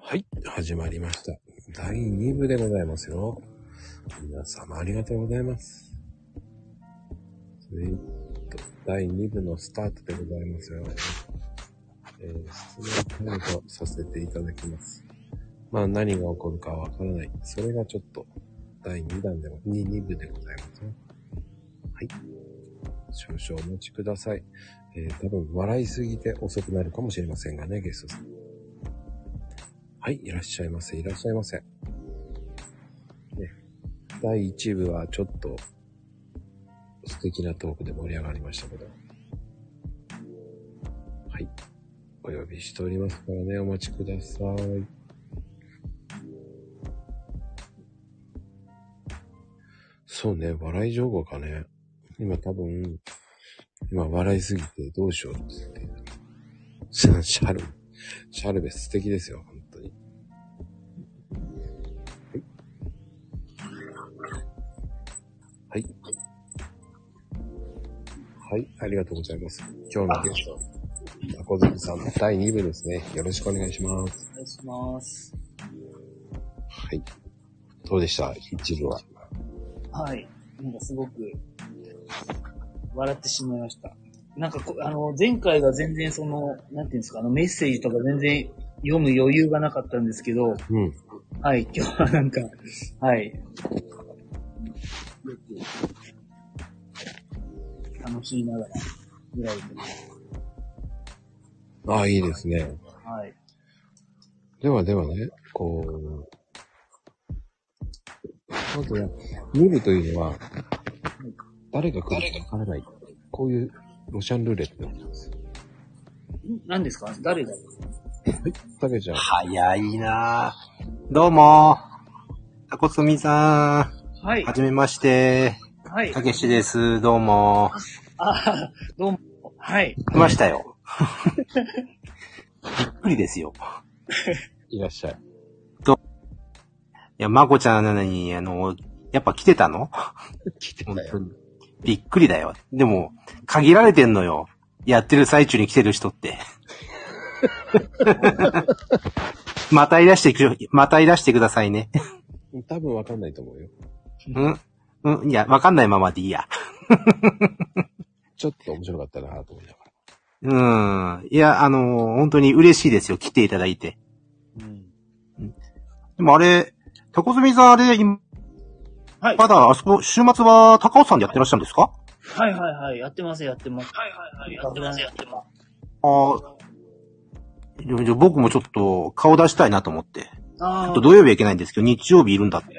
はい、始まりました。第2部でございますよ。皆様ありがとうございます。えーっと第2部のスタートでございますよ。えー質問をとさせていただきます。まあ何が起こるかわからない。それがちょっと第2弾でも、2、2部でございますよ。はい。少々お待ちください。えー多分笑いすぎて遅くなるかもしれませんがね、ゲストさん。はい、いらっしゃいませ、いらっしゃいませ。ね、第1部はちょっと素敵なトークで盛り上がりましたけど。はい。お呼びしておりますからね、お待ちください。そうね、笑い情報かね。今多分、今笑いすぎてどうしようって言って。 シャシャル、シャルベ素敵ですよ、本当に。はい。はい、ありがとうございます。今日のゲスト、タコズキさんの第2部ですね。よろしくお願いします。お願いします。はい。どうでした一部は。はい。なんかすごく、笑ってしまいました。なんかこ、あの、前回が全然その、なんていうんですか、あの、メッセージとか全然読む余裕がなかったんですけど、うん。はい、今日はなんか、はい。楽しみながら、ぐらいで。ああ、いいですね。はい。ではではね、こう、まずは、見るというのは、誰が来るかわからない。こういうロシアンルーレットなんです。ん何ですか誰がたけちゃん、早いなぁ。どうも。タコツミさはん。いは。じめまして。はい。たけしです。どうも。あーどうも。はい。来ましたよ。 びっくりですよ。いらっしゃい。いや、まこちゃんなのに、あの、やっぱ来てたの来て本当に。びっくりだよ。でも、限られてんのよ。やってる最中に来てる人って。 またいらしてくる、またいらしてくださいね。多分わかんないと思うよ。うんうん、いや、わかんないままでいいや。ちょっと面白かったなと思いながら。うん。いや、あのー本当に嬉しいですよ。来ていただいて。うんでもあれ、タコスミさんあれ、今はい。まだあそこ、週末は高尾山でやってらっしゃるんですかはいはいはい、やってます、やってます。はいはいはい、やってます、やってまああ。いやいや僕もちょっと顔出したいなと思って。す。あちあょっと、土曜日はいけないんですけど、日曜日いるんだって。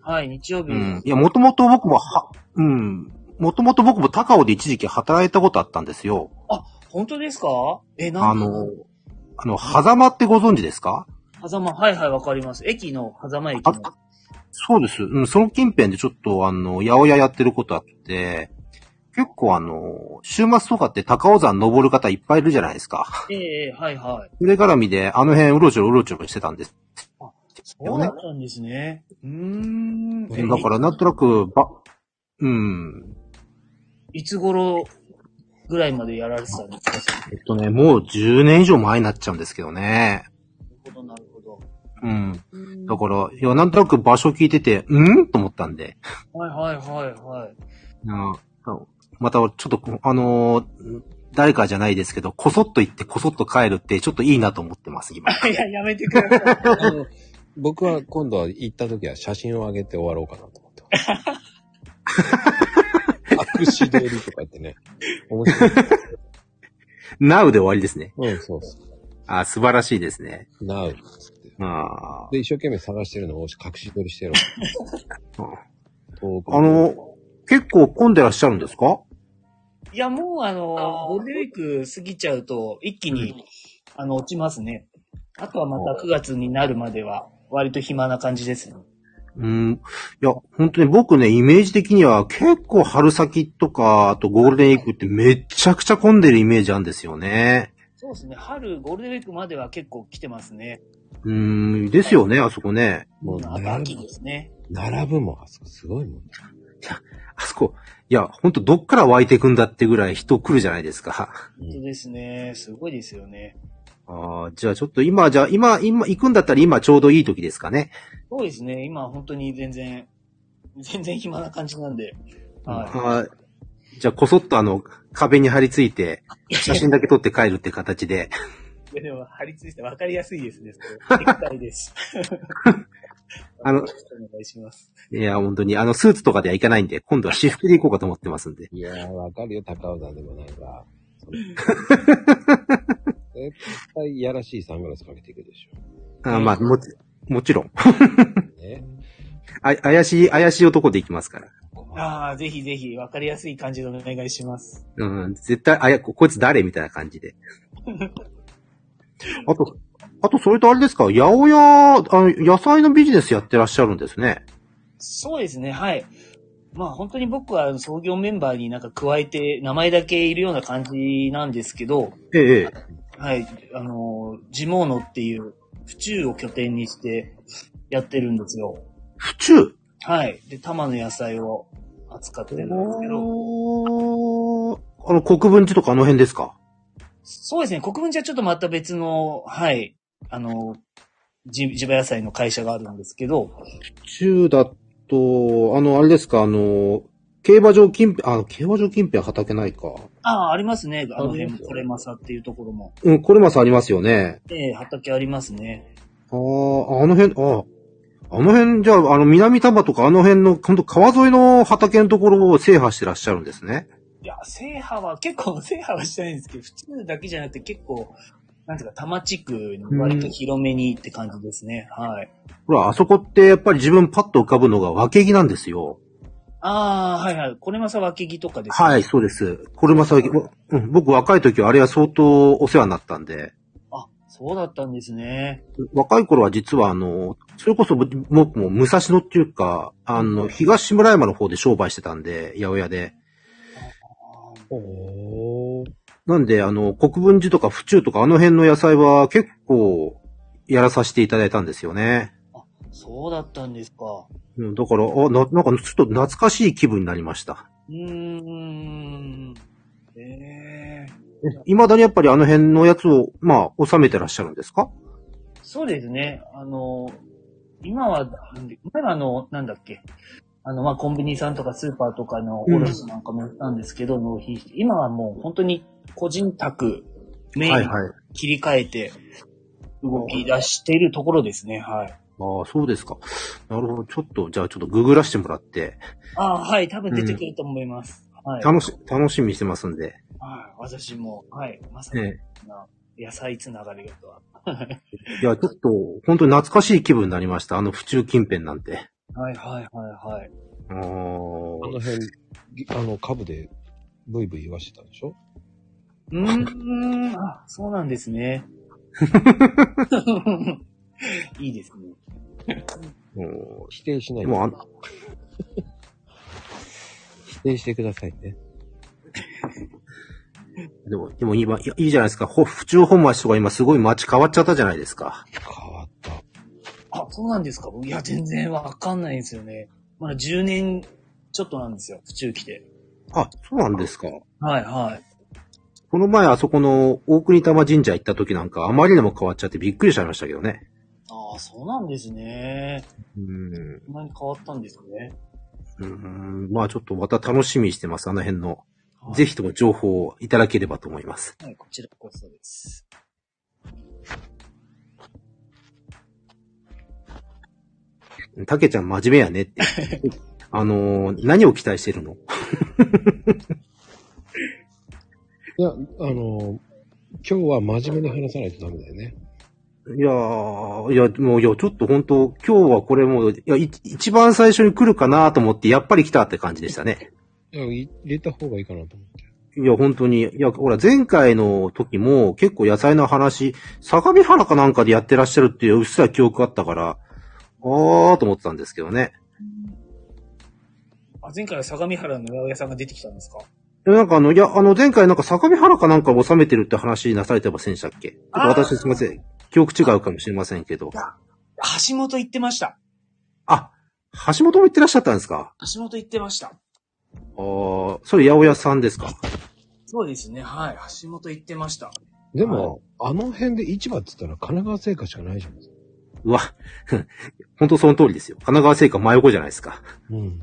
はい、日曜日、うん。いや、もともと僕もは、うん。もともと僕も高尾で一時期働いたことあったんですよ。本当ですかえ、なあんのー、あの、狭間ってご存知ですか狭間、はいはい、わかります。駅の、狭間駅の。あそうです。うん、その近辺でちょっとあの、八百屋やってることあって、結構あの、週末とかって高尾山登る方いっぱいいるじゃないですか。ええええはいはい。それ絡みで、あの辺うろちょろうろちょろしてたんです。そうだったんですね。うーん。えだからなんとなく、ば、うん。いつ頃ぐらいまでやられてたんですかえっとね、もう10年以上前になっちゃうんですけどね。なるほど、なるほど。うん。だから、いや、なんとなく場所聞いてて、うんと思ったんで。はいはいはいはい。うんまた、ちょっと、あのー誰かじゃないですけど、こそっと行って、こそっと帰るって、ちょっといいなと思ってます、 今。 いや、やめてください。あの、僕は今度は行った時は写真を上げて終わろうかなと思ってます。握手通りとか言ってね。面白い。なうで終わりですね。うん、そうそあ素晴らしいですね。う。なう。あで、一生懸命探してるのを隠し撮りしてるの。遠くあの、結構混んでらっしゃるんですかいや、もうあの、ゴールデンウィーク過ぎちゃうと、一気に、あの、落ちますね。あとはまた9月になるまでは、割と暇な感じですね。うん。いや、本当に僕ね、イメージ的には結構春先とか、あとゴールデンウィークってめちゃくちゃ混んでるイメージあるんですよね。そうですね。春、ゴールデンウィークまでは結構来てますね。うん、ですよね、あそこね。もうあと並秋ぶ、ですね。並ぶもん、あそこすごいもん。あそこ。いや、ほんとどっから湧いてくんだってぐらい人来るじゃないですか。うん本当ですね。すごいですよね。ああ、じゃあちょっと今、じゃあ今、今、行くんだったら今ちょうどいい時ですかね。そうですね。今本当に全然、全然暇な感じなんで。はあーじゃあこそっとあの、壁に張り付いて、い。写真だけ撮って帰るって形で。ででも貼り付いて分かりやすいですね。それネクタイです。あのお願いします。いや、本当に、あの、スーツとかでは行かないんで、今度は私服で行こうかと思ってますんで。いやー、わかるよ、高尾山でもないが。そ れ絶対いやらしいサングラスかけていくでしあーまあ、もち、もちろん。ょ。ね。あ、怪しい、怪しい男で行きますから。ああ、ぜひぜひ分かりやすい感じでお願いします。うん、絶対、あ、いや、ここいつ誰みたいな感じ で。あと、あと、それとあれですか、八百屋、あの、野菜のビジネスやってらっしゃるんですね。そうですね。はい。まあ本当に僕は創業メンバーになんか加えて名前だけいるような感じなんですけど、ええ。はい。あの、ジモーノっていう府中を拠点にしてやってるんですよ。府中はい。で、玉の野菜を扱ってるんですけど、おーあの、国分寺とかあの辺ですかそうですね。国分寺はちょっとまた別の、はい。あの、地地場野菜の会社があるんですけど、府中だと、あの、あれですか、あの、競馬場近辺、あ、競馬場近辺は畑ないか。ああ、ありますね。あの辺ありまも、すよこれまさっていうところも。うん、これまさありますよね。ええ畑ありますね。ああ、あの辺、ああ。あの辺、じゃあ、あの、南丹波とかあの辺の、本当川沿いの畑のところを制覇してらっしゃるんですね。いや、制覇は、結構 制覇はしてないんですけど、普通だけじゃなくて結構、なんていうか、多摩地区に割と広めにって感じですね。はい。ほら、あそこってやっぱり自分パッと浮かぶのが分け木なんですよ。ああ、はいはい。これまさ分け木とかですね。はい、そうです。これまさ、うん僕若い時はあれは相当お世話になったんで。あ、そうだったんですね。若い頃は実はあの、それこそぶ僕も武蔵野っていうか、あの、東村山の方で商売してたんで、八百屋で。あーおー。なんで、あの、国分寺とか府中とかあの辺の野菜は結構やらさせていただいたんですよね。そうだったんですか。うんだから、あ、な、なんかちょっと懐かしい気分になりました。うーん。ええ未だにやっぱりあの辺のやつを、まあ、収めてらっしゃるんですかそうですね。あの、今は、なんで前はあの、なんだっけ。あの、まあ、コンビニさんとかスーパーとかの卸なんかもやったんですけど、納品して、今はもう本当に個人宅、メインはいにはい。切り替えて、動き出しているところですね。はい。ああ、そうですか。なるほど。ちょっと、じゃあちょっとググらしてもらって、ああ、はい。多分出てくると思います。はい。はい楽し、楽しみにしてますんで。私も、はい。まさねに、野菜つながりがとは。いや、ちょっと、本当に懐かしい気分になりました。あの府中近辺なんて。はいはいはいはい。ああーの辺、あの、株で、ブイブイ言わしてたんでしょうーん、あ、そうなんですね。 いいですね。うん否定しないでで。もあの、否定してくださいね。でも、でも今、いやいいじゃないですか。ほ府中本町とか今すごい街変わっちゃったじゃないですか。変わった。あ、そうなんですかいや、全然わかんないんですよね。まだ10年ちょっとなんですよ、府中来て。あ、そうなんですか。はいはい。この前あそこの大国玉神社行った時なんかあまりにも変わっちゃってびっくりしちゃいましたけどね。ああ、そうなんですね。うん。こんなに変わったんですね。うん。まあちょっとまた楽しみにしてます。あの辺の。はいぜひとも情報をいただければと思います。はい、こちらこそです。たけちゃん真面目やね って。あのー何を期待してるのいや、あの、今日は真面目に話さないとダメだよね。いやー、いや、もう、いや、ちょっと本当今日はこれもう、いや、い一番最初に来るかなと思って、やっぱり来たって感じでしたね。いや、い入れた方がいいかなと思って。いや、本当に。いや、ほら、前回の時も結構野菜の話、相模原かなんかでやってらっしゃるっていう、うっすら記憶あったから、あーと思ってたんですけどね。あ、前回は相模原の八百屋さんが出てきたんですかでなんかあの、いや、あの、前回なんか相模原かなんかを収めてるって話なされてませんでしたっけちょっとあー私すいません。記憶違うかもしれませんけど。橋本行ってました。あ、橋本も行ってらっしゃったんですか橋本行ってました。あー、それ八百屋さんですかそうですね、はい。橋本行ってました。でも、あの辺で市場って言ったら神奈川製菓しかないじゃないですか。うわ、 本当その通りですよ。神奈川製菓真横じゃないですか。うん。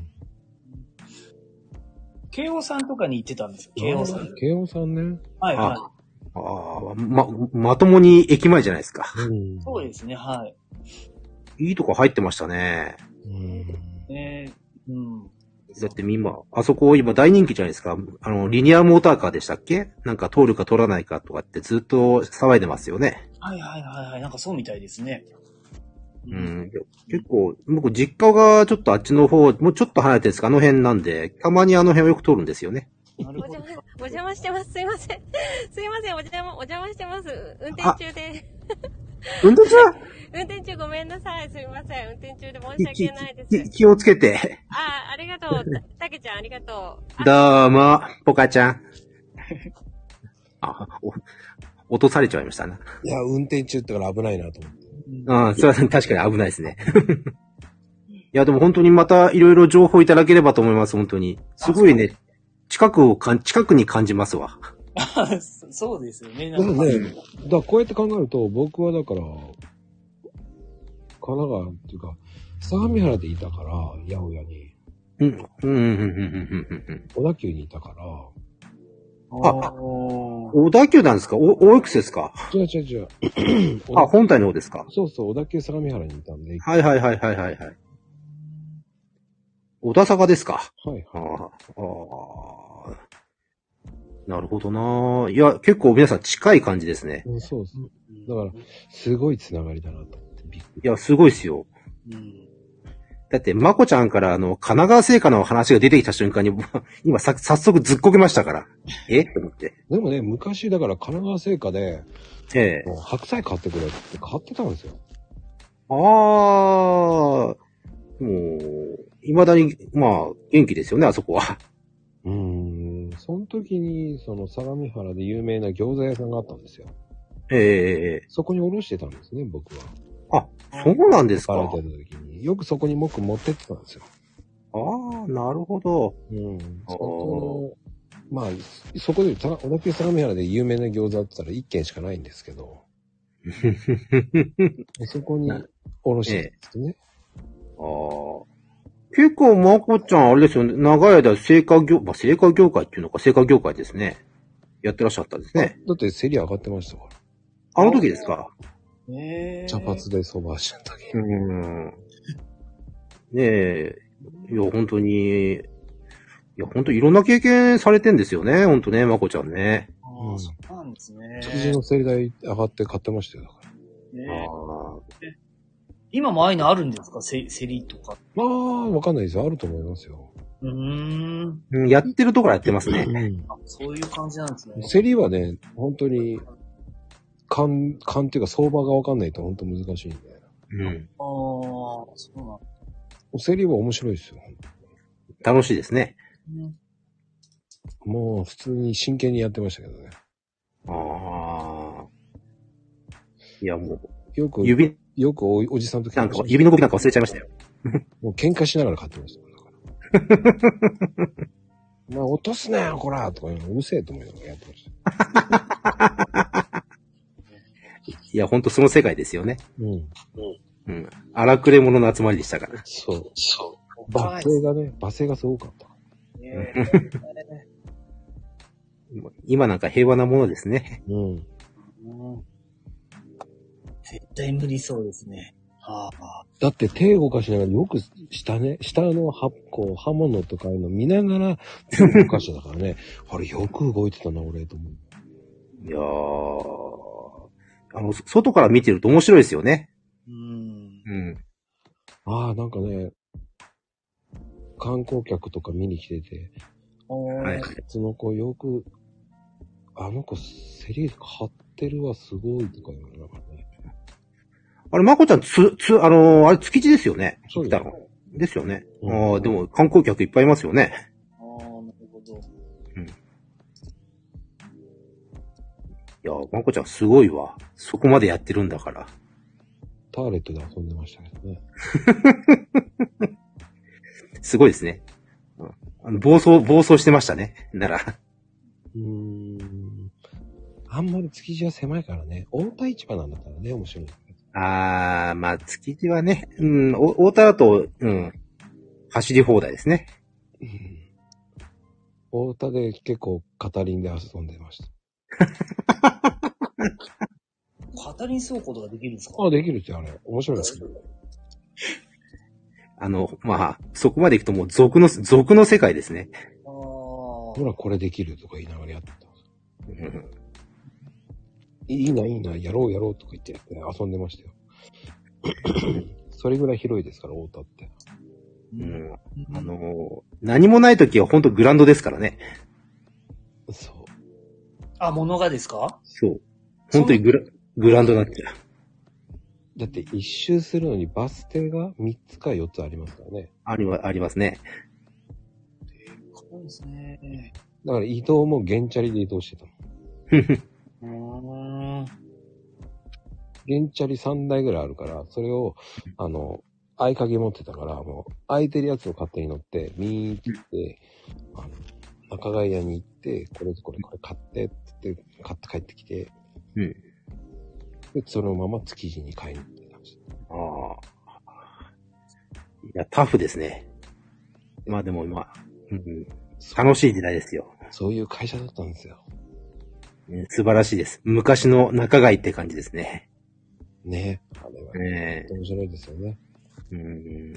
慶応さんとかに行ってたんですよ、慶応さん。。慶応さんね。はいはい。あああ、ま、まともに駅前じゃないですか。うん。そうですね、はい。いいとこ入ってましたね。うん。えー、うん。だって今、あそこ今大人気じゃないですか。あの、リニアモーターカーでしたっけなんか通るか通らないかとかってずっと騒いでますよね。はいはいはいはい。なんかそうみたいですね。う。ん。結構、僕実家がちょっとあっちの方、もうちょっと離れてるんですかあの辺なんで、たまにあの辺をよく通るんですよね。なおるほ邪ど魔。、お邪魔してます。すいません。すいません。お邪魔、お邪魔してます。運転中で。運転手運転中ごめんなさい。すいません。運転中で申きし訳ないです。気をつけて。あ、ありがとう。たたけちゃん、ありがとう。あどうも、ポカちゃん。あ、お落とされちゃいましたね。いや、運転中ってから危ないなと思って。うんうん、すいません。確かに危ないです ね。いや、でも本当にまたいろいろ情報いただければと思います、本当に。すごいね、近くをかん、近くに感じますわ。あそそうですよね。なでんかもね、だからこうやって考えると、僕はだから、神奈川っていうか、相模原でいたから、八百屋に、うん、うん、うん、うん、うん、うんうん。小田急にいたから、あー小田急なんですかお、大いくつですか違う違う違う。小あ、田本体の方ですかそうそう、小田急相模原にいたんで、はいはいはいはいはいはい。小田坂ですかはい。ああ、ああ。なるほどな。いや、結構皆さん近い感じですね。うんそうそう。だから、すごいつながりだなと思って。びっくりいや、すごいですよ。うんだって、まこちゃんから、あの、神奈川製菓の話が出てきた瞬間に、 僕今さ、早速ずっこけましたから。えと思って。でもね、昔だから神奈川製菓で、ええ。もう白菜買ってくれって買ってたんですよ。ああ、もう、未だに、まあ、元気ですよね、あそこは。うーん。その時に、その相模原で有名な餃子屋さんがあったんですよ。ええええそこにおろしてたんですね、僕は。ええそうなんですか。あ働いてた時に。よくそこに僕持ってってたんですよ。あー、なるほど。うん。そこの、まあ、そこで、た小田急相模原で有名な餃子って言ったら1軒しかないんですけど、そこにおろしてたんですね。ああ。結構、まこちゃん、あれですよね。長い間、成果業、まあ、成果業界っていうのか、成果業界ですね。やってらっしゃったんですね。だって競り上がってましたから。あの時ですか。ねえ茶髪でそばした時。うーん。ねえ。いや、本当に、いや、本当いろんな経験されてんですよね。本当ね、まこちゃんね。あーうんそうなんですね。築地の競り台上がって買ってましたよ、だから。あねあ。今もああいうのあるんですかせセリとか。まあ、わかんないですよ。あると思いますよ。うーん。うんやってるところやってますね。あそういう感じなんですね。競りはね、本当に、勘、勘っていうか相場がわかんないと本当難しいんで。うん。ああ、そうなん競りは面白いですよ。楽しいですね。ですね。もう普通に真剣にやってましたけどね。ああ。いや、もよくう、、指よくおおじさんと喧なん嘩かし、指の動きなんか忘れちゃいましたよ。もう喧嘩しながら買ってましたもん だから。お前落とすなよ、こらとか言うのうるせえと思いながらやってました。いや、本当その世界ですよね。うん。うん。荒くれ者の集まりでしたから。そう。そ罵声がね、罵声がすごかった。う。ね え今なんか平和なものですね。うん。うん絶対無理そうですね。はあ。だって手動かしながらよく下ね、下のはこう刃物とかいうの見ながら手動かしてたからね、 あれよく動いてたな、俺、と思う。いやー。あの、そ外から見てると面白いですよね。うん。うん。ああ、なんかね、観光客とか見に来てて、はい。その子よく、あの子セリフ買ってるわ、すごいとか言われながらね。あれ、まこちゃん、つ、つ、あのーあれ、築地ですよね。そう来ですたの。ですよね。うんああ、でも観光客いっぱいいますよね。ああ、なるほど。いやー、まこちゃんすごいわ。そこまでやってるんだから。ターレットで遊んでましたけどね。すごいですね。うん あの暴走、暴走してましたね。なら。うーん。ああんまり築地は狭いからね。大田市場なんだからね、面白い。あー、まあ、築地はね、うん、お大田だと、うん、走り放題ですね。うん大田で結構語りんで遊んでました。カタリン走行とかできるんですかあ、できるってあれ。面白いですあの、まあ、そこまで行くともう俗の、俗の世界ですね。あほーら、これできるとか言いながらやってた。うんいいな、いいな、やろう、やろうとか言ってやってね、遊んでましたよ。それぐらい広いですから、大田って。うん、あの、何もない時は本当グランドですからね。そう。あ、物がですかそう。本当にグラ、グランドになっちゃう。だって一周するのにバス停が3つか4つありますからね。ありは、あります ね。そうですね。だから移動もゲンチャリで移動してたもん。うーん。ゲンチャリ3台ぐらいあるから、それを、あの、合鍵持ってたから、もう、空いてるやつを勝手に乗って、ミーって言って、あの、中貝屋に行って、これとこれこれ買ってって言って、買って帰ってきて、うんで、そのまま築地に買いに行ってましああ。いや、タフですね。まあでも、まあ、うん、た。楽しい時代ですよ。そういう会社だったんですよ。うん素晴らしいです。昔の仲買って感じですね。ねあれは、ね面白いですよね。えうん、うん。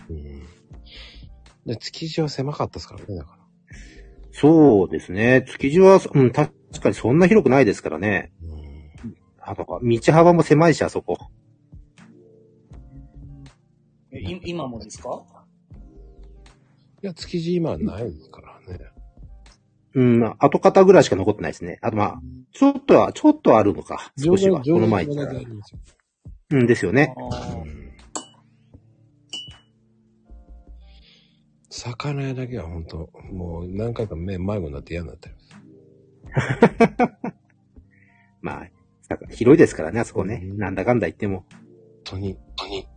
で、築地は狭かったですからね、だから。そうですね。築地は、うん、確かにそんな広くないですからね。うん。あとか、道幅も狭いし、あそこ。えい今もですかいや、築地今はないからね。うん、跡形ぐらいしか残ってないですね。あとまあ、ちょっとは、ちょっとはあるのか。少しは。上こ手の前上行った手ら上手。上手うんですよね。あー魚屋だけは本当もう何回か目迷子になって嫌になってる。まあ、なんか広いですからね、あそこね。うんなんだかんだ言っても。本当に、本当に。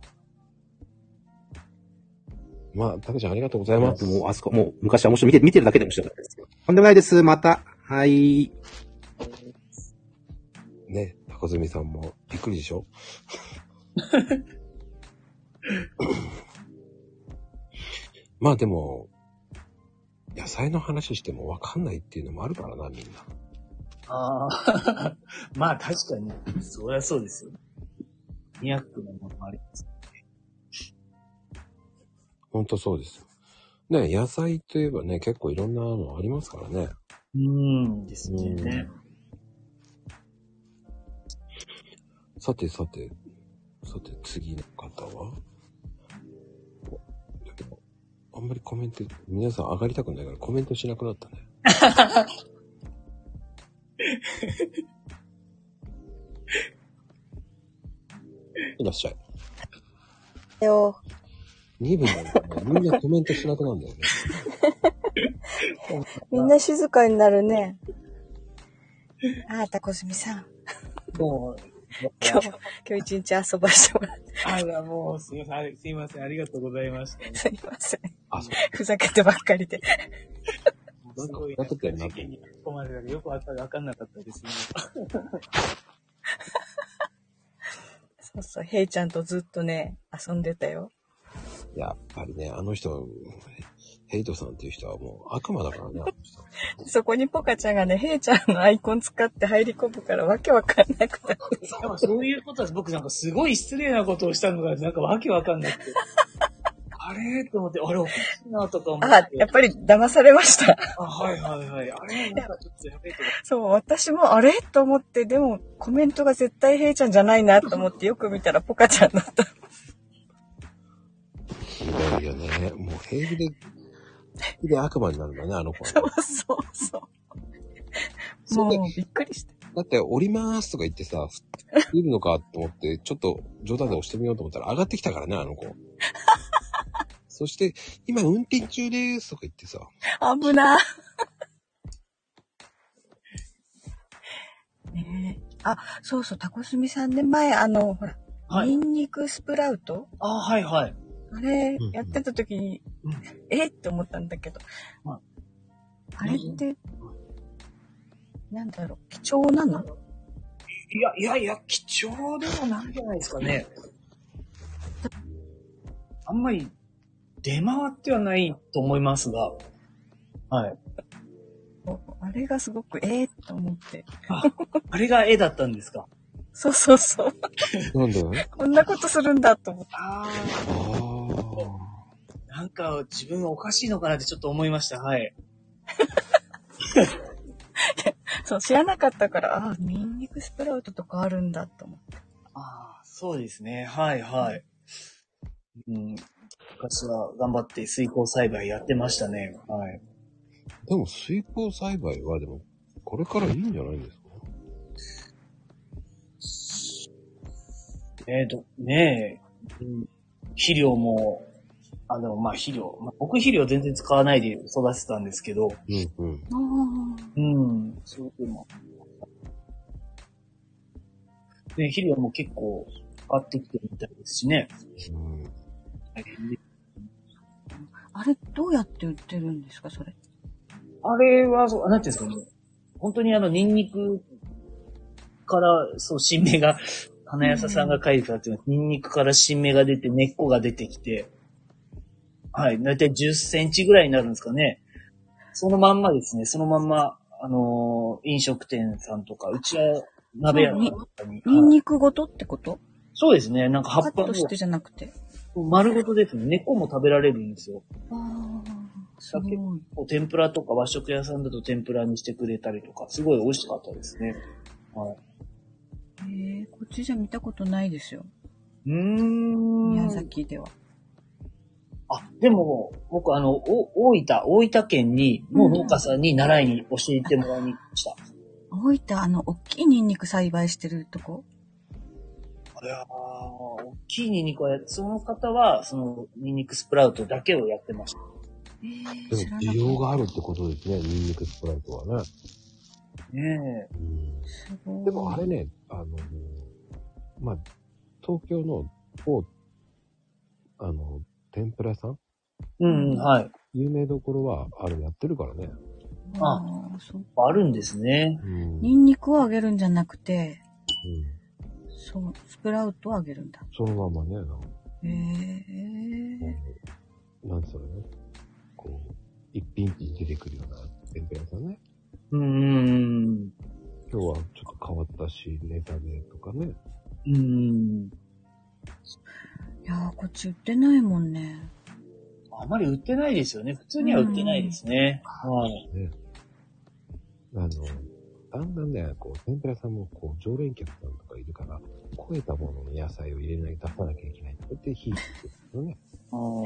まあ、たけちゃんありがとうございます。もう、あそこ、もう、昔は面白い。見て、見てるだけで面白かったです。とんでもないです。また。はい。ね、高住さんもびっくりでし ょまあでも、野菜の話してもわかんないっていうのもあるからな、みんな。ああ、 まあ確かに、そりゃそうですよ。200のものもあります。ほんとそうですよ。ね、野菜といえばね、結構いろんなのありますからね。うーん、ですね。さてさて、さて次の方はおだけどあんまりコメント、皆さん上がりたくないからコメントしなくなったね。いらっしゃい。よ。 2部なんだねみんなコメントしなくなるんだよね。みんな静かになるね。あーた、こすみさん。もう、今日、今日一日遊ばしてもらってあら、もう、すいません、すいません、ありがとうございました。すいません。あ、そう。ふざけてばっかりで。なんかすごいなってたよな事件に突っ込まれたけどよくわかわかんなかったですね。そうそう、ヘイちゃんとずっとね、遊んでたよ。やっぱりね、あの人、ヘイトさんっていう人はもう悪魔だからね、あの人。そこにポカちゃんがね、ヘイちゃんのアイコン使って入り込むからわけわかんなくなって。でもそういうことは僕なんかすごい失礼なことをしたのがなんかわけわかんなくて。あれと思って、あれおかしいなとか思っあ、てやっ。ぱり騙されました。あ、はいはいはい。あれなんかちょっとやべえとか。そう、私もあれと思って、でもコメントが絶対ヘイちゃんじゃないなと思ってよく見たらポカちゃんだった。ひどいよね。もう平気で、平気で悪魔になるんだね、あの子はね。そうそうそう。そうだよもうびっくりした。だって、降りまーすとか言ってさ、降りるのかと思って、ちょっと冗談で押してみようと思ったら上がってきたからね、あの子。そして、今運転中でーすとか言ってさ、危な。ねえ。あ、そうそう、タコスミさんね、前、あの、ほら、はいニ。ンニクスプラウトあ、はいはい。あれうんうん、やってた時に、うんえって思ったんだけど。はあれって、なんだろう、貴重なのいや、いやいや、貴重でもないんじゃないですかね。あんまり出回ってはないと思いますが。はい。あれがすごく、ええと思って。あ、あれが絵だったんですか。そうそうそう。 なんでこんなことするんだと思って。あああ。あ、なんか自分おかしいのかなってちょっと思いました。はい。そう、知らなかったから、ああ、ニンニクスプラウトとかあるんだと思って。ああ、そうですね。はいはい。うん。昔は頑張って水耕栽培やってましたね。はい。でも水耕栽培はでも、これからいいんじゃないですかえー、と、ねえ、うん肥料も、あ、でもまあ肥料、まあ、僕肥料全然使わないで育てたんですけど、うんうん。あうん、そうでも。ね、肥料も結構上がってきてるみたいですしね。うん、大変であ。あれ、どうやって売ってるんですか、それ。あれは、そう、なんていうんですかね。本当にあの、ニンニクから、そう、新芽が、花屋さんが書いてたっていうのは、ニンニクから新芽が出て、根っこが出てきて、はい、だいたい10センチぐらいになるんですかね。そのまんまですね、そのまんま、あのー飲食店さんとか、うちは鍋屋さんとかに。ニンはいニクごとってことそうですね、なんか葉っカぱットしてじゃなくて。も丸ごとですね、根っこも食べられるんですよ。ああ、すごい。お天ぷらとか和食屋さんだと天ぷらにしてくれたりとか、すごい美味しかったですね。はい。えー、こっちじゃ見たことないですよ。うーん。宮崎では。あ、でも、僕、あの、お、大分、大分県に、もう農家さんに習いに教えてもらいに来ました。大分、あの、大きいニンニク栽培してるとこいやー、大きいニンニクはや、その方は、その、ニンニクスプラウトだけをやってました。えー、で知もらなか需っ要があるってことですね、ニンニクスプラウトはね。ねえ。うんた。すごい。でもあれね、あの、まあ、東京の某、あの、天ぷら屋さんうん、うん、はい。有名どころは、あれやってるからね。あーそう。あるんですね。うん。うニん、ンニクをあげるんじゃなくて、そう、スプラウトをあげるんだ。そのままね、なんか、へえなんつうのね、こう、一品一品出てくるような天ぷら屋さんね。うん、うん、今日はちょっと変わったし、ネタでとかね。うんうん。いやー、こっち売ってないもんね。あまり売ってないですよね。普通には売ってないですね。はい。あの、だんだんね、こう、天ぷら屋さんも、こう、常連客さんとかいるから、超えたものの野菜を入れない、出さなきゃいけないって言って、火つけてるのね。あー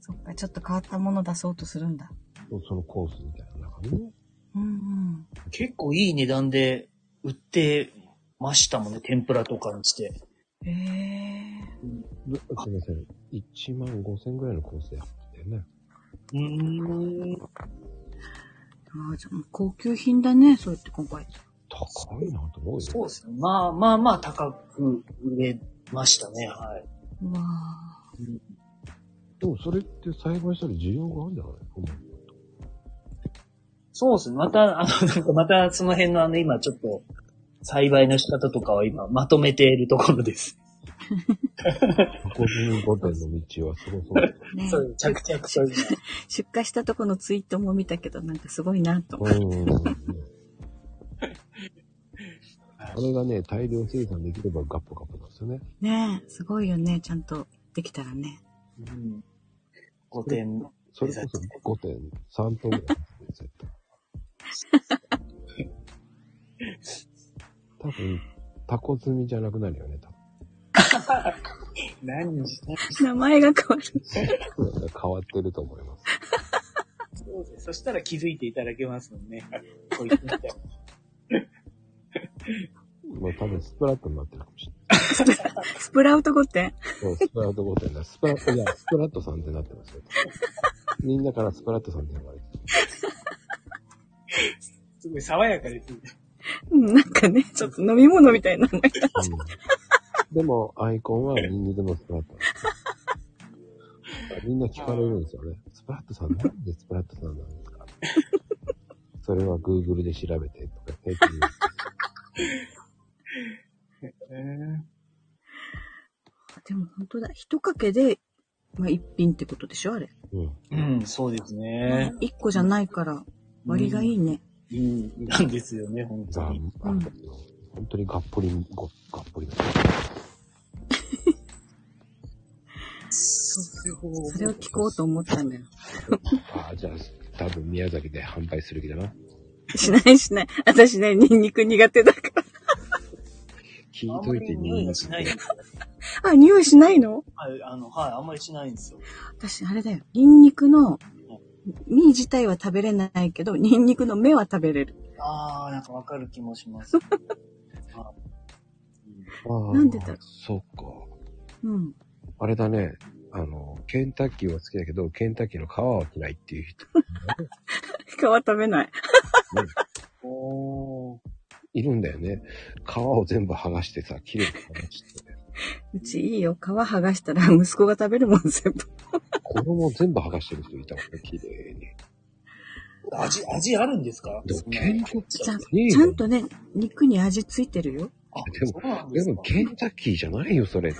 そっか、ちょっと変わったもの出そうとするんだ。そうそのコースみたいな中にね。うんうん。結構いい値段で売ってましたもんね。天ぷらとかにして。へえぶすみません。1万5千ぐらいのコースでやってたよね。うーん。ああ、じゃあもう高級品だね、そうやって今回。高いなと思うよ。そうですね。まあまあまあ高く売れましたね。はい。うわあ。でもそれって栽培したら需要があるんじゃないそうですね。また、あの、なんかまたその辺のあの、今ちょっと、栽培の仕方とかは今まとめているところです。箱積御殿の道はすごそう。ねそういう、着々と今。出荷したとこのツイートも見たけど、なんかすごいなと思っうん。 あれがね、大量生産できればガッポガッポなんですよね。て。ねえ、すごいよね、ちゃんとできたらね。うん。5点。それこそ5.3トンぐらいですね、絶対。多分、タコ積みじゃなくなるよね、多何して 名前が変わる。分。変わってると思います。そうです。そしたら気づいていただけますもんね。こいつみたいなもう多分スプラットになってるかもしれない。 スプラウト御殿そうスプラット5点だ。スプラット、いや、スプラットさんってなってますよ。みんなからスプラットさんって呼ばれてる。すごい爽やかですね。うん、なんかね、ちょっと飲み物みたいな名前が。うんでも、アイコンはニンニクのスプラット。みんな聞かれるんですよね。スプラットさんなんでスプラットさんなんですかそれは Google で調べてとか平気に言うんです でも本当だ。一かけで、まあ、一品ってことでしょあれ。うん。うん、そうですね。一個じゃないから、割がいいね。うん、なんですよね、本当あに。あうん本当にがっぽり、ごがっぽりだ。そうそうそれを聞こうと思ったのよ。ああ、じゃあ、多分宮崎で販売する気だな。しないしない。私ね、ニンニク苦手だか聞あいんとまいてり匂いがしないんですよ。ら。あ、匂いしないのはい、あの、はい、あんまりしないんですよ。私、あれだよ。ニンニクの、実自体は食べれないけど、ニンニクの芽は食べれる。あー、なんかわかる気もし ます。あああなんでだろうそうか。うん。あれだね。あの、ケンタッキーは好きだけど、ケンタッキーの皮は着ないっていう人皮食べない。おー。いるんだよね。皮を全部剥がしてさ、綺麗に剥が して。うちいいよ。皮剥がしたら息子が食べるもん全部。衣を全部剥がしてる人いたもんね、綺麗に。味、味あるんですかでもケンタッキーちゃんいいちよゃんとね、肉に味ついてるよ。あでもそうなんでですもかケンタッキーじゃないよ、それ。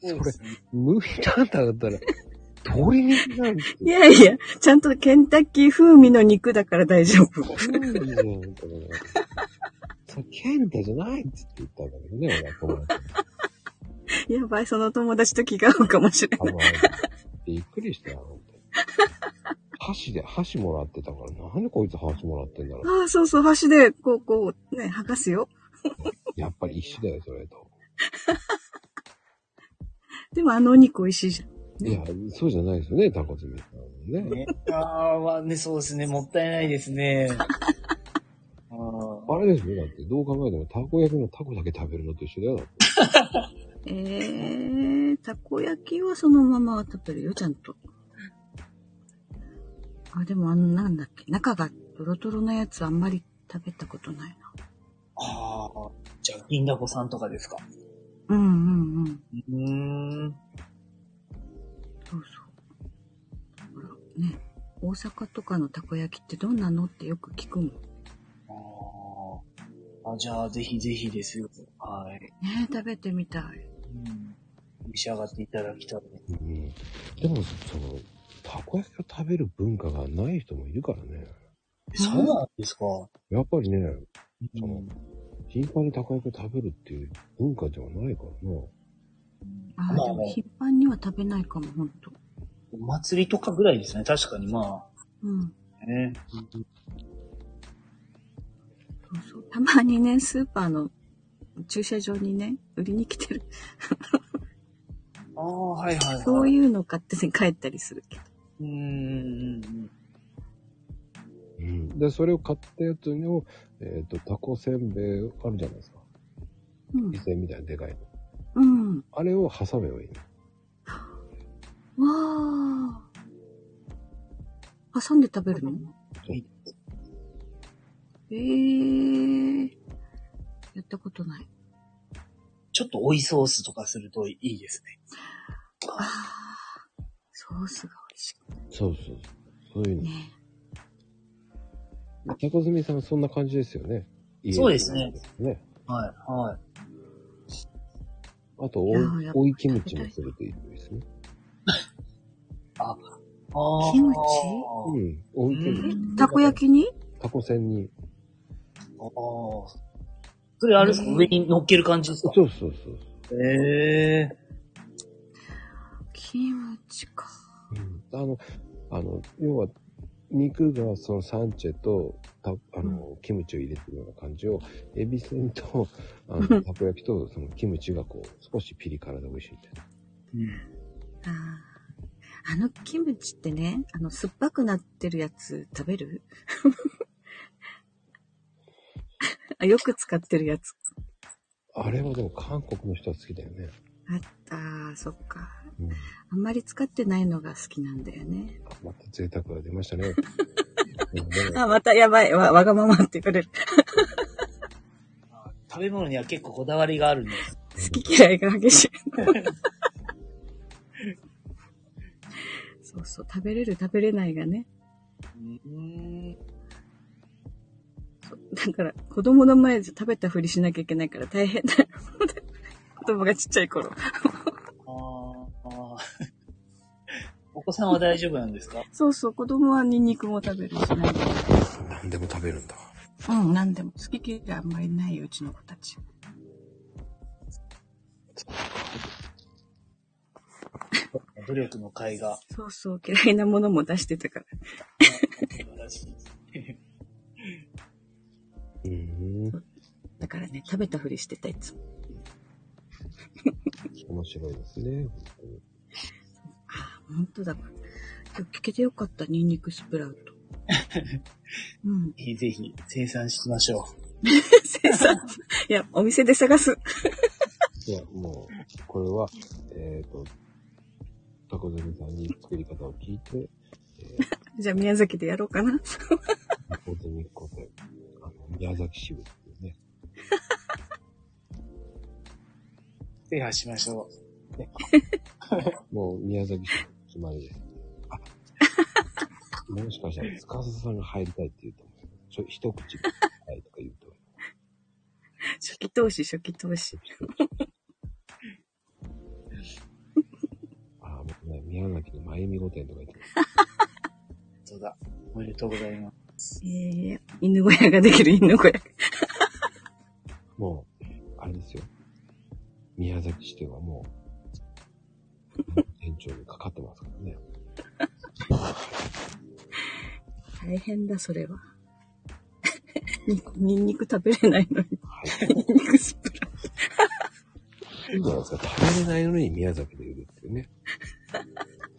そうですね剥いたんだったら、鶏肉なんて。いやいや、ちゃんとケンタッキー風味の肉だから大丈夫。うんだよ、だから。それケンタじゃないっつって言ったんだけどね、俺は友達に。やばい、その友達と気が合うかもしれあない。の、びっくりしたよ、ほんと箸で、箸もらってたから、なんでこいつ箸もらってんだろう。ああ、そうそう、箸で、こう、こう、ね、剥がすよ。やっぱり一緒だよ、それと。でもあのお肉美味しいじゃん。いや、そうじゃないですよね、タコスミさんはね。ね、あーはね、そうですね、もったいないですね。 あーあれですよ、だって、どう考えても、たこ焼きのタコだけ食べるのと一緒だよ。だってえー、たこ焼きはそのまま食べるよ、ちゃんと。あ、でもあの、なんだっけ、中がトロトロなやつあんまり食べたことないな。あー、じゃあ、銀だこさんとかですかうんうんうん。うーん。そうそう。ほら、ね、大阪とかのたこ焼きってどんなのってよく聞くもん。ねあーあ、じゃあ、ぜひぜひですよ。はい。食べてみたい。うん召し上がっていただきたい。うん。でも、その、たこ焼きを食べる文化がない人もいるからね。そうなんですか、やっぱりね、ううんん、頻繁にたこ焼きを食べるっていう文化ではないからな。ああ、まあでも頻繁には食べないかも、ほんと。お祭りとかぐらいですね。確かにまうん。あ、ね。そうそう。たまにね、スーパーの駐車場にね、売りに来てる。ああ、はいはいはい。そうう。いうの買って、ね、帰ったりするけど。うんうんうん。うん。で、それを買ったやつを、えっ、と、たこせんべいあるじゃないですか。うん伊。勢みたいなでかいの。うん。あれを挟めばいいの。わあ。挟んで食べるのはいええー。やったことない。ちょっと追いソースとかするといいですね。ああ。ソースが美味しくそうそうそう。そういうね。の。たこすみさんそんな感じですよね。家そうですね。ね。はい、はい。あと、おいやーやいっ、ぱおいキムチもするといいですね。ああ。キムチうん。おいキムチ。うんたこ焼きにたこせんに。ああ。それあれですか上に乗っける感じですかそうそうそう。へえキムチか。うんあの、あの、要は、肉がそのサンチェと、たあの、キムチを入れてるような感じを、エビせんと、あの、たこ焼きと、そのキムチがこう、少しピリ辛で美味しいみたいな。あーあのキムチってね、あの酸っぱくなってるやつ食べる あよく使ってるやつ。あれはでも韓国の人は好きだよね。あった、そっか。うん。あんまり使ってないのが好きなんだよね。あまた贅沢が出ましたね。うんでもあ、またやばい。わ、わがままって言われる。食べ物には結構こだわりがあるんです。好き嫌いが激しい。そうそう。食べれる、食べれないがね。うん。そうだから、子供の前で食べたふりしなきゃいけないから大変だ。子供がちっちゃいあ頃。ーあ ー。お子さんは大丈夫なんですかそうそう、子供はニンニクも食べるし、何でも何でも食べるんだ。うん、何でも。好き嫌いあんまりないようちの子たち。努力の甲斐が。そうそう、嫌いなものも出してたから。素晴らしいうんうん。だからね、食べたふりしてたいつも。面白いですね。ああ、ほんとだ。今日聞けてよかった、ニンニクスプラウ ト。うん。ぜひぜひ生産しましょう。生 産。いや、お店で探す。いや、もう、これは、えっ、と、タコゼミさんに作り方を聞いて、えー、じゃあ宮崎でやろうかな。タコゼミコで、あの、宮崎支部っていうね。制覇しましょう。もう宮崎支部決まりです。あ、もしかしたら、司さんが入りたいって言うと思う。ちょ、一口くださいとか言うと。初期投資、初期投資。ああ、僕ね、宮崎のまゆみ御殿とか言ってます。そうだ。おめでとうございます。ええ犬小屋ができる犬小屋。もう、あれですよ。宮崎市ではもう、店長にかかってますからね。大変だ、それは。 にニンニク食べれないのに。はい。ニンニクスプラウいいんじゃないですか。食べれないのに宮崎で売るっていうね。ト。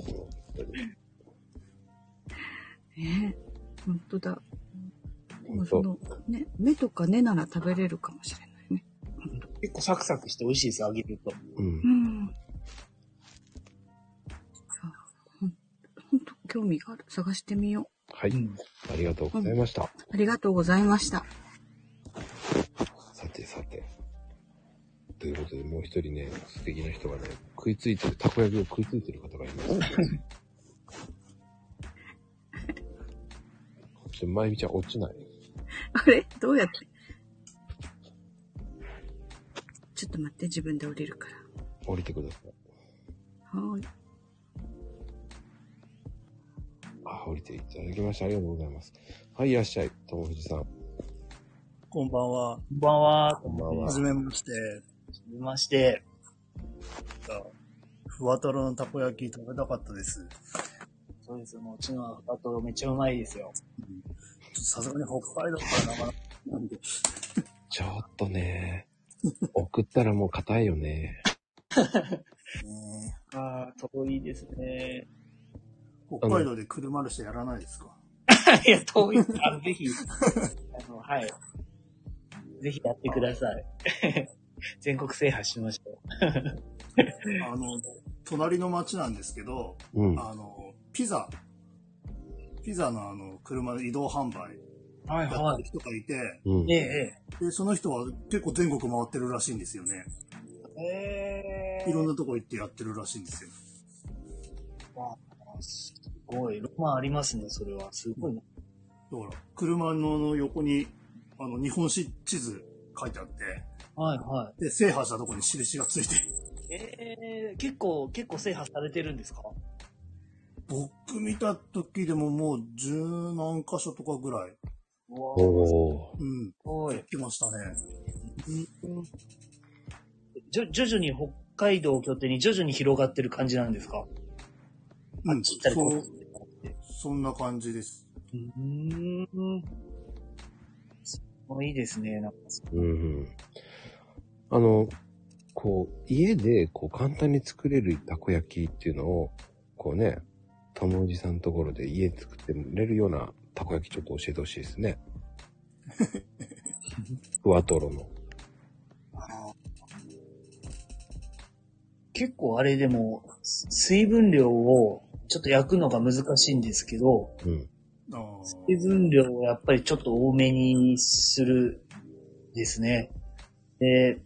ねえ、ほんとだ。でもほそんとの、ね、目とか根なら食べれるかもしれないね。結構サクサクして美味しいです、揚げると。うんう。ん。あほんほんと興味がある。探してみよはうい。ん。ありがとうございました。う。ありがとうございました。さてさて。ということで、もう一人ね、素敵な人がね、食いついてる、たこ焼きを食いついてる方がいます。そして、まゆみちゃん落ちない。あれどうやってちょっと待って、自分で降りるから。降りてください。はーい。あ、降りていただきましてありがとうございます。はい、いらっしゃい、ともふじさん。こんばんは。こんばんは。こんばんははじめまして。はじめまして。ふわとろのたこ焼き食べたかったです。そうですよ。もううちのアパートめっちゃうまいですよ。さすがに北海道からなかなか。ちょっとね、送ったらもう硬いよね。ね、ああ、遠いです ね。北海道で車の人やらないですかいや、遠い。あの、 ぜひ、あの、はい。ぜひやってください。 全国制覇しましょあの、隣の町なんですけど、うん。あの、ピザ、ピザのあの、車の移動販売う。はいやってる。人がいて、うんえ。え、で、その人は結構全国回ってるらしいんですよね。ええ。ええいろんなとこ行ってやってるらしいんですよ。すごい。ロマンありますね、それは。すごいな。だから、車の横に、あの、日本史地図書いてあって、はい、はで、制覇したとこに印がついてい。ええ、結構、結構制覇されてるんですか僕見た時でももう十何箇所とかぐらい、うわーおー。うん、すごい。来ましたね。じょ徐々に北海道を拠点に徐々に広がってる感じなんですかうあん、ちっちゃい子そう、そんな感じです。うーん。すごいですね。なんかうんうん。あの、こう、家で、こう、簡単に作れるたこ焼きっていうのを、こうね、ともふじさんのところで家で作ってくれるようなたこ焼きちょっと教えてほしいです ね。ふわとろの。結構あれでも、す水分量をちょっと焼くのが難しいんですけど、うん。あー水分量をやっぱりちょっと多めにするですね。で、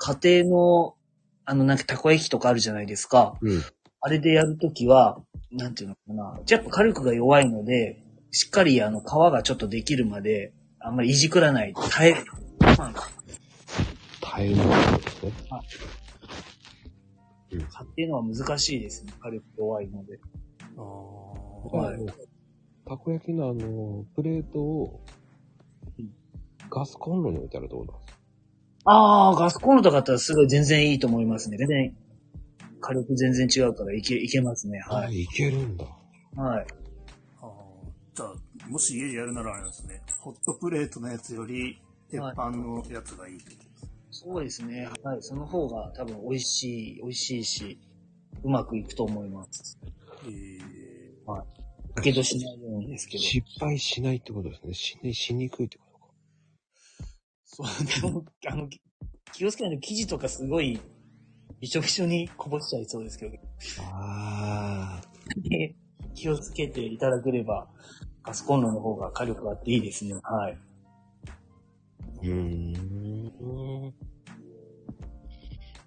家庭の、あの、なんかたこ焼きとかあるじゃないですか。うん。あれでやるときは、なんていうのかな。やっぱ火力が弱いので、しっかりあの皮がちょっとできるまであんまりいじくらない、耐える。そうなんだ大変なんですね。買っていうのは難しいですね。火力弱いので。あーはいあのたこ焼きのあの、プレートをうん、ガスコンロに置いてあるところなんですああ、ガスコンロとかだったらすごい全然いいと思いますね。全然、火力全然違うからいけ、いけますね。はい。いけるんだ。はい。あーじゃあ、もし家でやるならあれですね、ホットプレートのやつより、鉄板のやつがいいってことですねそうですね。はい。その方が多分美味しい、美味しいし、うまくいくと思います。えだけどしないようにですけど。失敗しないってことですね。しね、しにくいってことか。そう、あの、き気をつけないと生地とかすごい、びしょびしょにこぼしちゃいそう ですけど、ああ。気をつけていただければ、ガスコンロの方が火力があっていいですね。はい。うーん。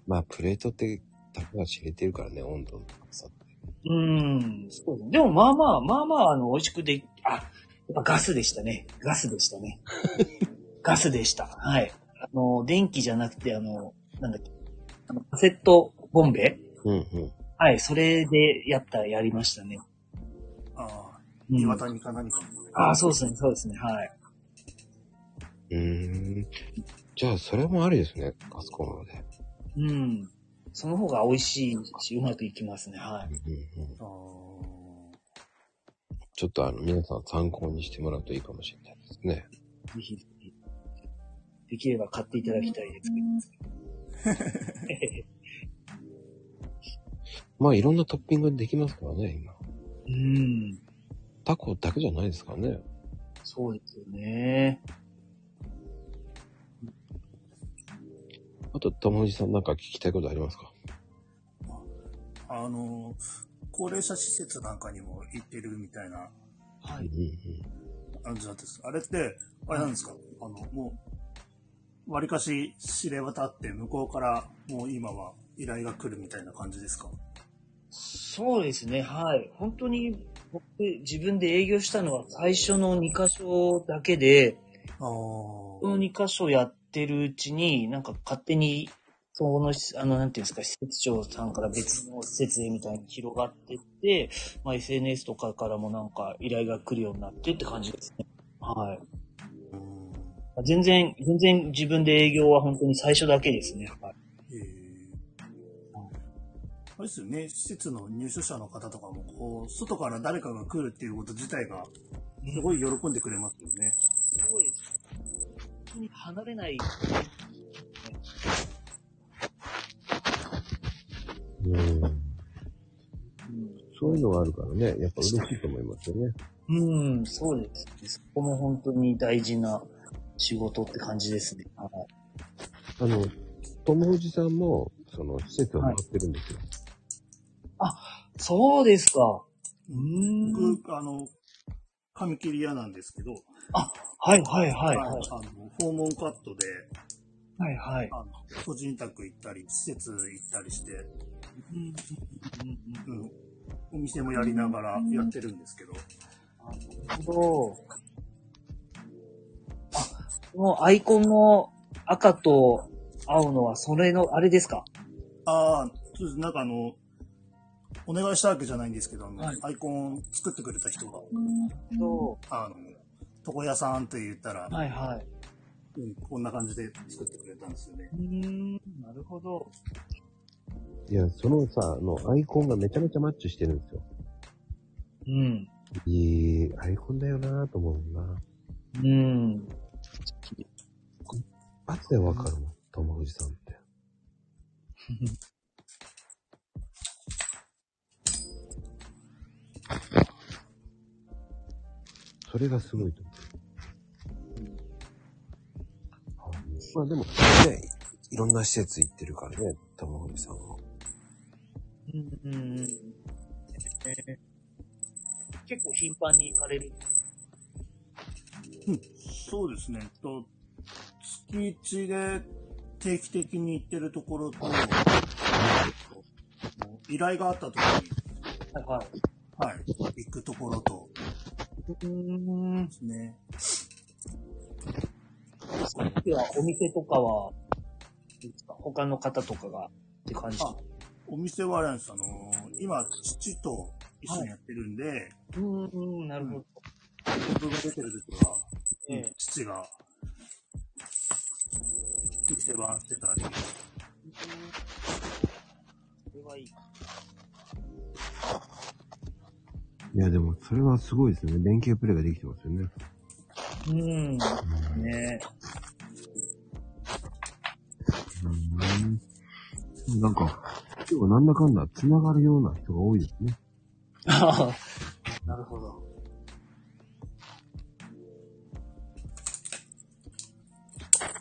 まあ、プレートって、たこが知れてるからね、温度の高さって。うーん、そうですね。でもまあまあ、まあまあ、あの、美味しくで、あ、やっぱガスでしたね。ガスでしたね。ガスでした。はい。あの、電気じゃなくて、あの、なんだっけ、あの、カセットボンベうんうん。はい、それでやった、やりましたね。ー、あうー、ん岩谷か何かの。ああ、そうですね、そうですね、はい。うーん。じゃあ、それもありですね。ガスコンロで。うん。その方が美味しいし、うまくいきますね。はい。うんうん、あーちょっとあの、皆さん参考にしてもらうといいかもしれないですね。ぜひぜひ。できれば買っていただきたいですけまあ、いろんなトッピングできますからね、今。ど。うん。タコだけじゃないですからね。そうですよね。あと、ともじさんなんか聞きたいことありますかあの、高齢者施設なんかにも行ってるみたいなはうんい。う感じなんです。あれって、あれなんですか、あの、もう、割かし知れ渡って向こうからもう今は依頼が来るみたいな感じですかそうですね。はい。本当に、僕、自分で営業したのは最初の2箇所だけで、あこの2箇所やってるうちに、なんか勝手に、その、あの、なんていうんですか、施設長さんから別の施設へみたいに広がってって、まあ、SNS とかからもなんか依頼が来るようになってって感じですね。はい。全然、全然自分で営業は本当に最初だけですね。はい。えーあれですよね、施設の入所者の方とかも、こう、外から誰かが来るっていうこと自体が、すごい喜んでくれますよね。すごいです。本当に離れない。んうん。うん。うんそういうのがあるからね、やっぱ嬉しいと思いますよね。うん、そうですね。そこも本当に大事な仕事って感じですね。はい。あの、友藤さんも、その、施設を回ってるんですよ。そうですか。うーん。僕、あの、髪切り屋なんですけど、はいはいはい。あの訪問カットで、はいはい。あの、個人宅行ったり、施設行ったりして、うんうん、お店もやりながらやってるんですけど、なるほど。あ、このアイコンの赤と青のはそれの、あれですかああ、そうです。なんかあの、お願いしたわけじゃないんですけど、あのはいアイコン作ってくれた人が、そあの、床屋さんと言ったら、う。はいはい。うん、こんな感じで作ってくれたんですよね。うーん、なるほど。いや、そのさ、あの、アイコンがめちゃめちゃマッチしてるんですよ。うん。いいアイコンだよなぁと思うなうん。一発でわかるもん、友藤さんって。 それがすごいと思う。まあでも、ね、いろんな施設行ってるからね、友藤さんは。うんうんうんえー結構頻繁に行かれる。そうですね。と、月1で定期的に行ってるところと、依頼があった時に、はいはい。はい、行くところとうーん。ですね。その時はお店とかは、いいですか他の方とかがって感じ。あお店はあれなんです、あのー今、父と一緒にやってるんで、うーん、なるほど。僕が出てる時は、ええ父が、店番してたり、それはいい。いや、でも、それはすごいですよね。連携プレイができてますよね。うーん、ねうん。なんか、今日はなんだかんだ繋がるような人が多いですね。え。なるほど。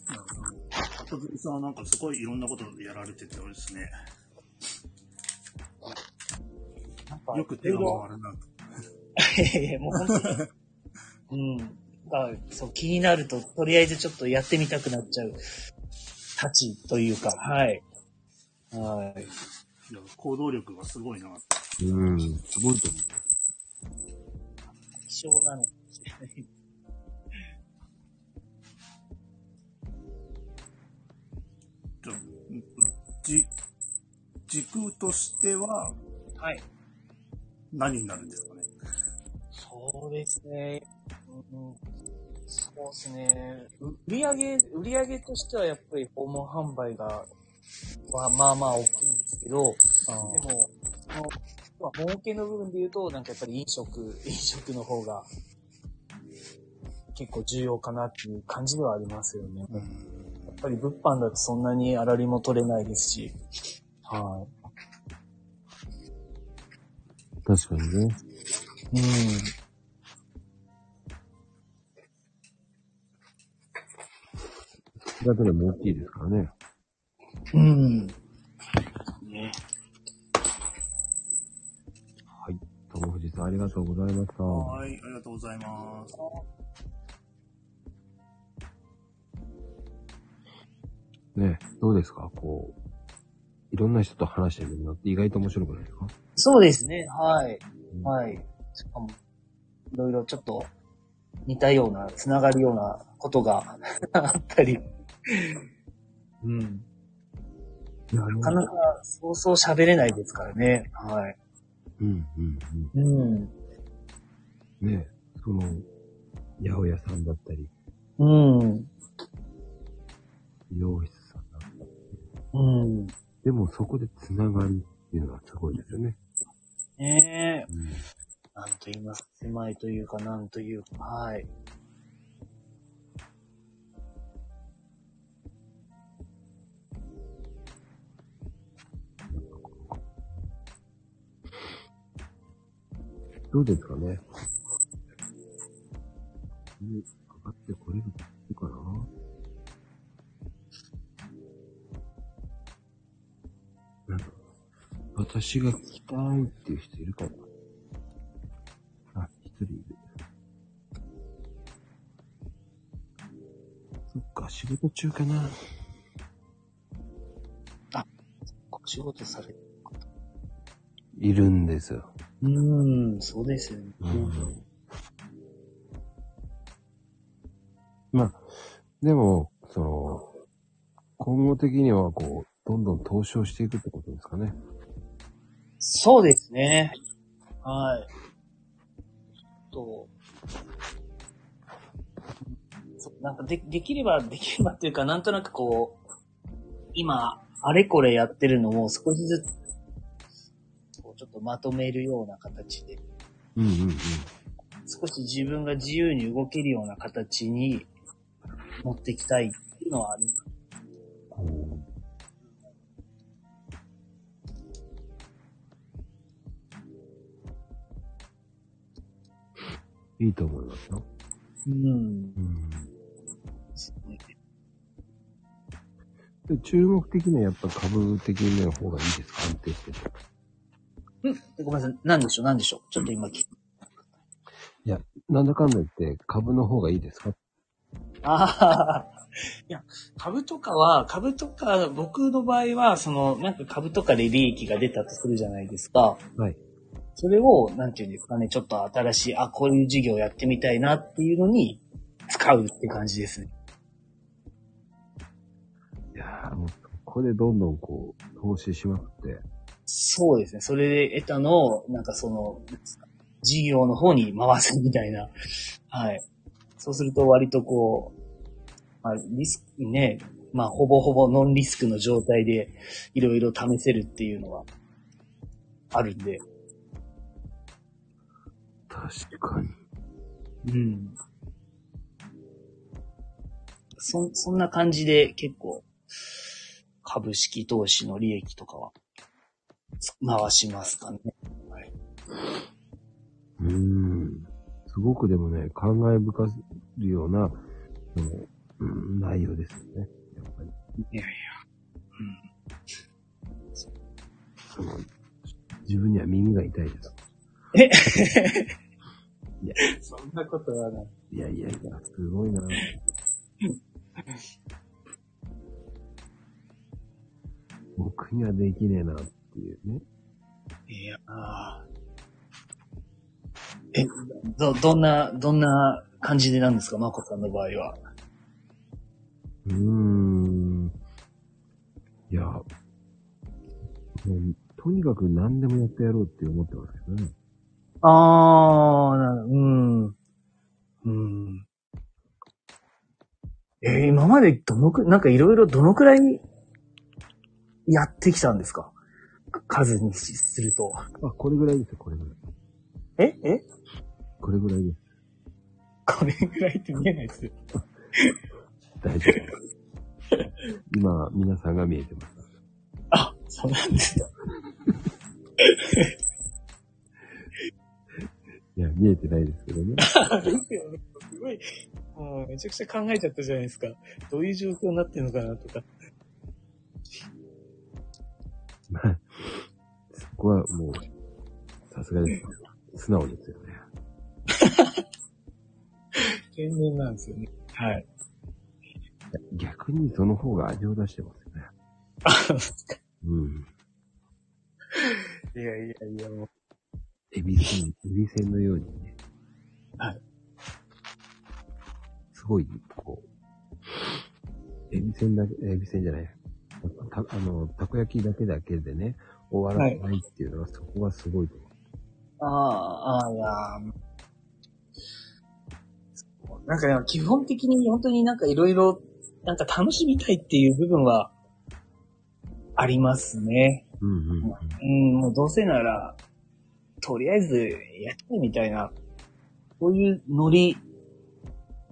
なんか、小杉さんはなんかすごいいろんなことやられてて、あれですね。なんか、よく手がも。回るなと。いやいや、もう本当に。 うん。あそう、気になると、とりあえずちょっとやってみたくなっちゃう、たちというか、はい。はい。いや行動力がすごいなって。うん、すごいと思う。希少なのかもしれない。ちょうんじ軸としてははい。何になるんですかね。そうですね。うん、そうですね。う売り上げ、売り上げとしてはやっぱり訪問販売が、まあまあまあ大きいんですけど、あでも、その、まあ、儲けの部分で言うと、なんかやっぱり飲食、 飲食の方が、結構重要かなっていう感じではありますよね。やっぱり物販だとそんなにあらりも取れないですし。は確かにね。い。うん。だけでも大きいですからね。うん。ね。はい。友藤さん、ありがとうございました。はい、ありがとうございます。ねどうですかこう、いろんな人と話してみるのって意外と面白くないですかそうですね。はい。はい。しかも、いろいろちょっと似たような、つながるようなことが あったり、うん。いや、あなかのなかそうそう喋れないですからね。はい。うん、うん、うん。うん。ねその、八百屋さんだったり、うん。美容室さんだったり。うん。でもそこで繋がりっていうのはすごいですよね。ねえ。うん。なんと言いますか。狭いというか、なんというか。はい。どうですかね。ねかかってこれるかななんか、私が聞きたいっていう人いるかなあ、一人いる。そっか、仕事中かな。お仕事されて。いるんですよ。うん、そうですよね。うんまあ、でも、その、今後的にはこう、どんどん投資をしていくってことですかね。そうですね。はい。ちょっと、そうなんかで、できれば、できればって いうか、なんとなくこう、今、あれこれやってるのを少しずつ、こうちょっとまとめるような形で、うんうんうん。少し自分が自由に動けるような形に持っていきたいっていうのはあります。いいと思いますよ。うん。うん。で注目的にはやっぱ株的な方がいいですか安定してて。ごめんなさい。何でしょう何でしょうちょっと今聞いなんだかんだ言って株の方がいいですかああ。いや、株とかは、株とか、僕の場合は、その、なんか株とかで利益が出たとするじゃないですか。はい。それを、なんていうんですかね、ちょっと新しい、あ、こういう事業やってみたいなっていうのに、使うって感じですね。これでどんどんこう、投資しまくって、そうですね。それで得たのを、なんかその、なんですか事業の方に回すみたいな。はい。そうすると割とこう、まあ、リスクね、まあ、ほぼほぼノンリスクの状態で、いろいろ試せるっていうのは、あるんで。確かに。うん。そ、そんな感じで結構、株式投資の利益とかは、つ回しますかね。うーん。すごくでもね、感慨深いような、その、うん、内容ですよね。やっぱり。うん。その、自分には耳が痛いです。そんなことはない。いやいやいや、すごいな。僕にはできねえなっていうね。いやーえ、ど、どんな、どんな感じでなんですか、まこさんの場合は。うーん。いや、もう、とにかく何でもやってやろうって思ってますけどね。あー、なうん。うん。えー今までどのく、なんかいろいろどのくらいやってきたんですかか数にしすると。あ、これぐらいですよ、これぐらい。ええこれぐらいです。これぐらいって見えないです。大丈夫です。今、皆さんが見えてます。あ、そうなんですか。いや、見えてないですけどね。ですよね。すごい、もうめちゃくちゃ考えちゃったじゃないですか。どういう状況になってるのかなとか。まあ、そこはもう、さすがです。素直ですよね。天然なんですよね。はい。逆にその方が味を出してますよね。うん。いやいやいや、もう。エビせん、エビせんのようにね。はい。すごい、こう、エビせんだけ、エビせんじゃない。た、あの、たこ焼きだけだけでね、終わらないっていうのは、そこはすごいと思ああ、ああ、いや。なんかでも基本的に本当になんかいろいろ、なんか楽しみたいっていう部分は、ありますね。う。うんうんうん。うん、もうどうせなら、とりあえずやってみたいな、そういうノリ、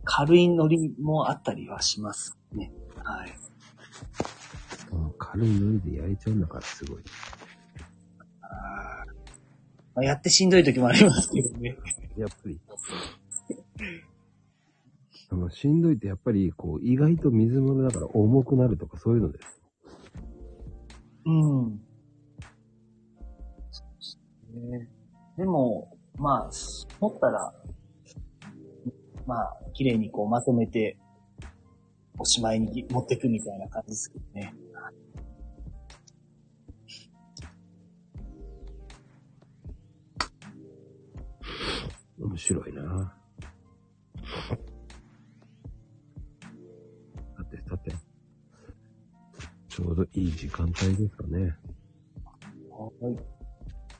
軽いノリもあったりはしますね。はい。あの軽いノリでやれちゃうんだから、すごい。あーまあ、やってしんどい時もありますけどね。やっぱり。あの、しんどいってやっぱり、こう、意外と水物だから重くなるとかそういうのです。うん。そうですね。でも、まあ、持ったら、まあ、綺麗にこうまとめて、おしまいに持ってくみたいな感じですけどね。面白いなさてさて、ちょうどいい時間帯ですかね。はい。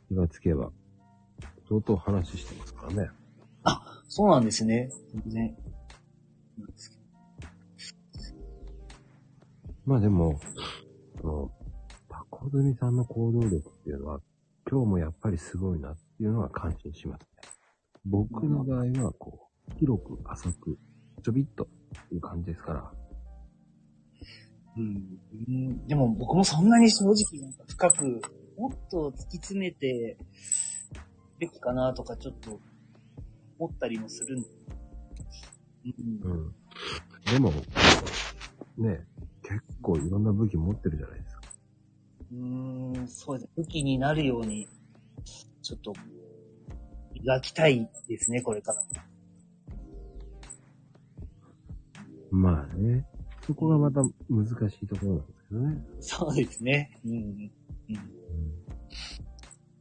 気がつけば、相当話してますからね。そうなんですね。全然。まあでも、その、タコズミさんの行動力っていうのは、今日もやっぱりすごいなっていうのは感心しますね。僕の場合は、こう、広く浅く、ちょびっとっていう感じですから。うん、でも僕もそんなに正直なんか深く、もっと突き詰めてべきかなとかちょっと思ったりもするんで。うんうん。でも、ね、結構いろんな武器持ってるじゃないですか。うーん、そうですね。武器になるように、ちょっと、磨きたいですね、これから。まあね。そこがまた難しいところなんですけどね。そうですね。うん。うん。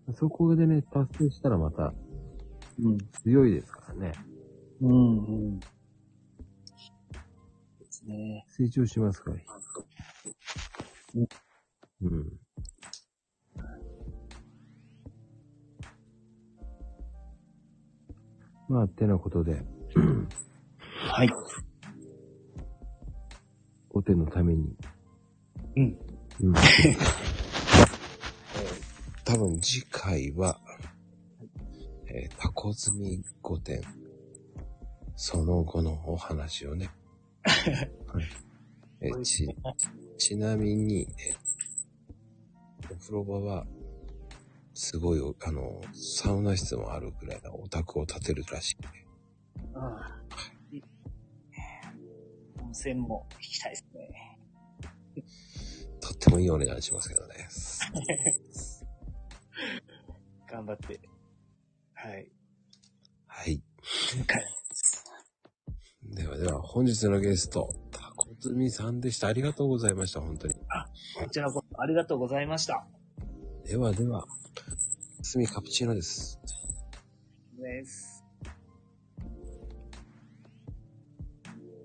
うん、そこでね、達成したらまたうん。強いですからね。うん。うん。ですね。成長しますから。ううん。まあ、ってなことで、はい。お手のために。うん。うん。多分次回は、えータコ積み5点、その後のお話を ね。はい。えーち、ちなみに、えーお風呂場は、すごいお、あの、サウナ室もあるくらいのお宅を建てるらしいんで。ああ。温泉も行きたいですね。とってもいいお値段しますけどね。頑張って。はい。はい。ではでは、本日のゲスト、タコズミさんでした。ありがとうございました、本当に。こちらこそありがとうございました。ではでは、スミカプチーノです。です。